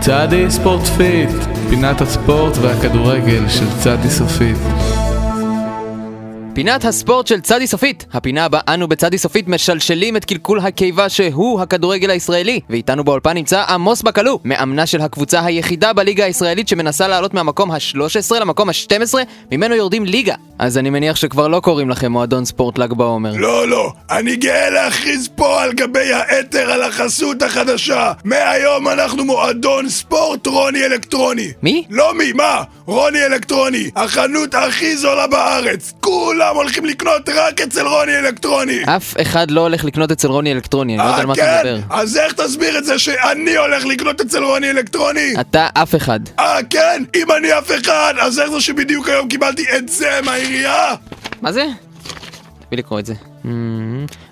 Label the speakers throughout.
Speaker 1: צעדי ספורט פיט, פינת הספורט והכדורגל של צעדי סופית.
Speaker 2: פינת הספורט של צדי סופית. הפינה בה אנו בצדי סופית משלשלים את קלקול הקיבה שהוא הכדורגל הישראלי. ואיתנו באולפן נמצא עמוס בקלו, מאמנה של הקבוצה היחידה בליגה הישראלית שמנסה לעלות מהמקום ה-13 למקום ה-12, ממנו יורדים ליגה. אז אני מניח שכבר לא קוראים לכם מועדון ספורט ל"ג בעומר.
Speaker 3: לא, לא, אני גאה להכריז פה על גבי האתר על החסות החדשה. מהיום אנחנו מועדון ספורט רוני אלקטרוני.
Speaker 2: מי?
Speaker 3: לא מי, מה? רוני אלקטרוני, החנות הכי זולה בארץ. כולם הולכים לקנות רק אצל רוני אלקטרוני.
Speaker 2: אף אחד לא הולך לקנות אצל רוני אלקטרוני, אני לא יודע על מה אתה
Speaker 3: כן?
Speaker 2: מדבר.
Speaker 3: אז איך תסביר את זה שאני הולך לקנות אצל רוני אלקטרוני?
Speaker 2: אתה אף אחד.
Speaker 3: אה, כן? אם אני אף אחד, אז איך זה שבדיוק היום קיבלתי את זה מהעירייה?
Speaker 2: מה זה? תביא לקרוא את זה.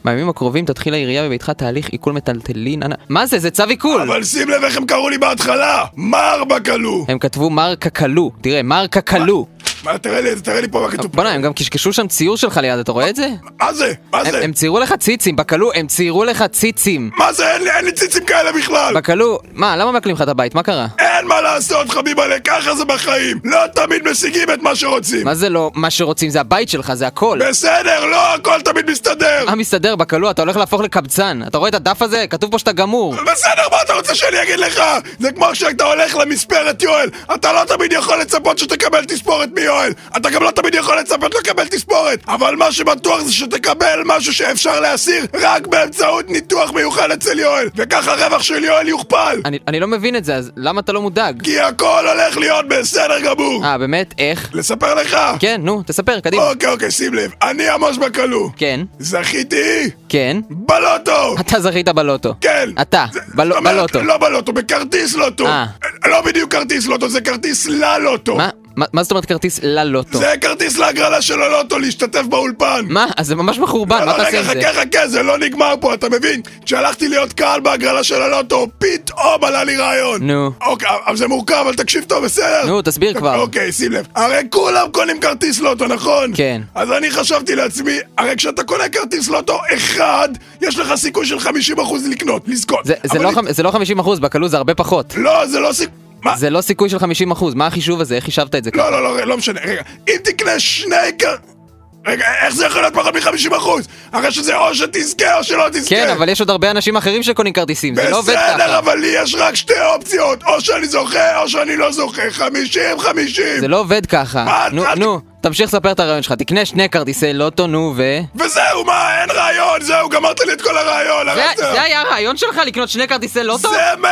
Speaker 2: בימים הקרובים תתחיל העירייה בביתך תהליך עיקול מטלטלין. אנ- מה זה? זה צו עיקול!
Speaker 3: אבל שים לב איך הם קראו לי בהתחלה! מר בקלו!
Speaker 2: הם כתבו מר קקלו. תראה, מר קקלו.
Speaker 3: מה, תראה לי, תראה לי פה מה כתוב.
Speaker 2: בואנה, הם גם קשקשו שם ציור שלך ליד, אתה רואה את זה?
Speaker 3: מה זה? מה
Speaker 2: הם-
Speaker 3: זה?
Speaker 2: הם ציירו לך ציצים, בקלו, הם ציירו לך ציצים.
Speaker 3: מה זה? אין לי- אין לי ציצים כאלה בכלל!
Speaker 2: בקלו, מה, למה מעקלים לך את הבית? מה קרה?
Speaker 3: אין מה לעשות, חביבלה, ככה זה בחיים! לא תמיד משיגים את מה שרוצים!
Speaker 2: מה זה לא מה שרוצים? זה הבית שלך, זה אה. הכל.
Speaker 3: בסדר, לא הכל תמיד מסתדר!
Speaker 2: מה מסתדר, בקלו, אתה הולך להפוך לקבצן. אתה רואה את הדף הזה? כתוב פה שאתה גמור.
Speaker 3: בסדר, מה אתה רוצה שאני אגיד לך? זה כמו כשאתה הולך למספרת יואל, אתה לא תמיד יכול לצפות שתקבל תספורת מיואל. אתה גם לא תמיד יכול לצפות לקבל תספורת. אבל מה שבטוח זה שתקבל משהו שאפשר להסיר רק באמצעות ניתוח מיוחד אצל יואל. וככה הרווח של יואל יוכפל.
Speaker 2: אני- אני לא מבין את זה, אז למה אתה לא מודאג?
Speaker 3: כי הכל הולך להיות בסדר גמור.
Speaker 2: אה, באמת? איך?
Speaker 3: לספר לך?
Speaker 2: כן, נו, תספר, קדימה.
Speaker 3: אוקיי, אוקיי, שים לב. אני עמוס בקלו.
Speaker 2: כן,
Speaker 3: זכיתי
Speaker 2: כן.
Speaker 3: בלוטו!
Speaker 2: אתה זכית בלוטו.
Speaker 3: כן.
Speaker 2: אתה,
Speaker 3: זה-
Speaker 2: בל-
Speaker 3: זאת אומרת,
Speaker 2: בלוטו.
Speaker 3: לא בלוטו, בכרטיס לוטו.
Speaker 2: אה.
Speaker 3: לא בדיוק כרטיס לוטו, זה כרטיס ללוטו.
Speaker 2: מה- מה- מה זאת אומרת כרטיס ללוטו?
Speaker 3: זה כרטיס להגרלה של הלוטו, להשתתף באולפן.
Speaker 2: מה? אז זה ממש מחורבן,
Speaker 3: לא,
Speaker 2: מה תעשה
Speaker 3: רגע,
Speaker 2: עם זה?
Speaker 3: חכה, חכה, זה לא נגמר פה, אתה מבין? כשהלכתי להיות קהל בהגרלה של הלוטו, פתאום עלה לי רעיון.
Speaker 2: נו.
Speaker 3: אוקיי, אבל זה מורכב, אבל תקשיב טוב, בסדר?
Speaker 2: נו, תסביר כבר.
Speaker 3: אוקיי, שים לב. הרי כולם קונים כרטיס לוטו, נכון?
Speaker 2: כן.
Speaker 3: אז אני חשבתי לעצמי, הרי כשאתה קונה כרטיס לוטו אחד, יש לך סיכוי של 50% לקנות, לזכות.
Speaker 2: זה- זה
Speaker 3: אבל
Speaker 2: לא
Speaker 3: לי-
Speaker 2: חמ- זה לא 50%, בקלו זה הרבה פחות.
Speaker 3: לא, זה לא סיכוי... מה?
Speaker 2: זה לא סיכוי של 50%, מה החישוב הזה? איך חישבת את זה?
Speaker 3: לא, לא, לא, לא משנה. רגע, אם תקנה שני כ... רגע, איך זה יכול להיות פחות מ-50%? הרי שזה או שתזכה או שלא תזכה.
Speaker 2: כן, אבל יש עוד הרבה אנשים אחרים שקונים כרטיסים, זה לא עובד
Speaker 3: בסדר,
Speaker 2: ככה.
Speaker 3: אבל לי יש רק שתי אופציות, או שאני זוכה או שאני לא זוכה. 50-50.
Speaker 2: זה לא עובד ככה.
Speaker 3: מה,
Speaker 2: נו,
Speaker 3: אתה-
Speaker 2: נו, תמשיך לספר את הרעיון שלך, תקנה שני כרטיסי לוטו, נו, ו...
Speaker 3: וזהו, מה, אין רעיון, זהו, גמרת לי את כל הרעיון.
Speaker 2: זה-
Speaker 3: הרסת.
Speaker 2: זה היה הרעיון שלך לקנות שני כרטיסי לוטו?
Speaker 3: זה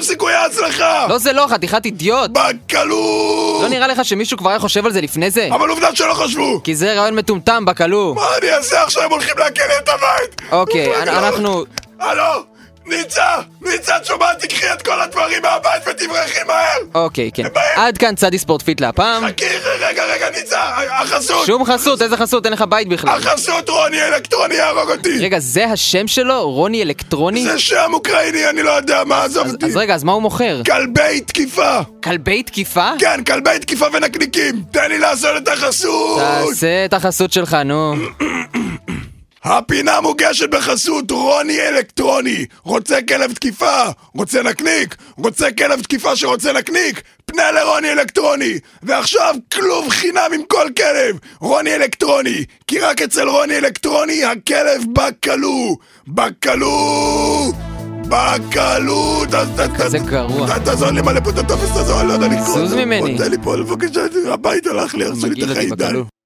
Speaker 3: 100% סיכוי ההצלחה.
Speaker 2: לא זה לא, חתיכת אידיוט.
Speaker 3: בקלות.
Speaker 2: לא נראה לך שמישהו כבר היה חושב על זה לפני זה?
Speaker 3: אבל עובדה שלא חשבו.
Speaker 2: כי זה רעיון מטומטם, בקלו.
Speaker 3: מה לא, אני אעשה עכשיו, הם הולכים לעקל לי את הבית.
Speaker 2: אוקיי, אנ-
Speaker 3: בקלות.
Speaker 2: אנחנו...
Speaker 3: הלו, ניצה, ניצה, את שומעת? תקחי את כל הדברים מהבית ותברחי מהר!
Speaker 2: אוקיי, כן.
Speaker 3: ביי.
Speaker 2: עד כאן צדי ספורט פיט להפעם.
Speaker 3: חכי, רגע, רגע, ניצה, החסות!
Speaker 2: שום חסות, איזה חסות? אין לך בית בכלל.
Speaker 3: החסות, רוני אלקטרוני יהרוג אותי!
Speaker 2: רגע, זה השם שלו? רוני אלקטרוני?
Speaker 3: זה שם אוקראיני, אני לא יודע מה, עזוב
Speaker 2: אז-
Speaker 3: אותי!
Speaker 2: אז רגע, אז מה הוא מוכר?
Speaker 3: כלבי תקיפה!
Speaker 2: כלבי תקיפה?
Speaker 3: כן, כלבי תקיפה ונקניקים! תן לי לעשות את החסות!
Speaker 2: תעשה את החסות שלך, נו.
Speaker 3: הפינה מוגשת בחסות רוני אלקטרוני. רוצה כלב תקיפה, רוצה נקניק, רוצה כלב תקיפה שרוצה נקניק, פנה לרוני אלקטרוני. ועכשיו כלוב חינם עם כל כלב, רוני אלקטרוני. כי רק אצל רוני אלקטרוני הכלב בכלוא. בכלוא! בכלוא! ת- ת- ת-
Speaker 2: כזה
Speaker 3: ת-
Speaker 2: גרוע.
Speaker 3: ת- תעזור לי מלא פה את הטופס הזה, אני לא יודע לקרוא.
Speaker 2: זוז ממני.
Speaker 3: תן לי פה, בבקשה, הבית הלך לי, הרסו לי את
Speaker 2: מגעיל אותי
Speaker 3: החיידן.
Speaker 2: בכלוא.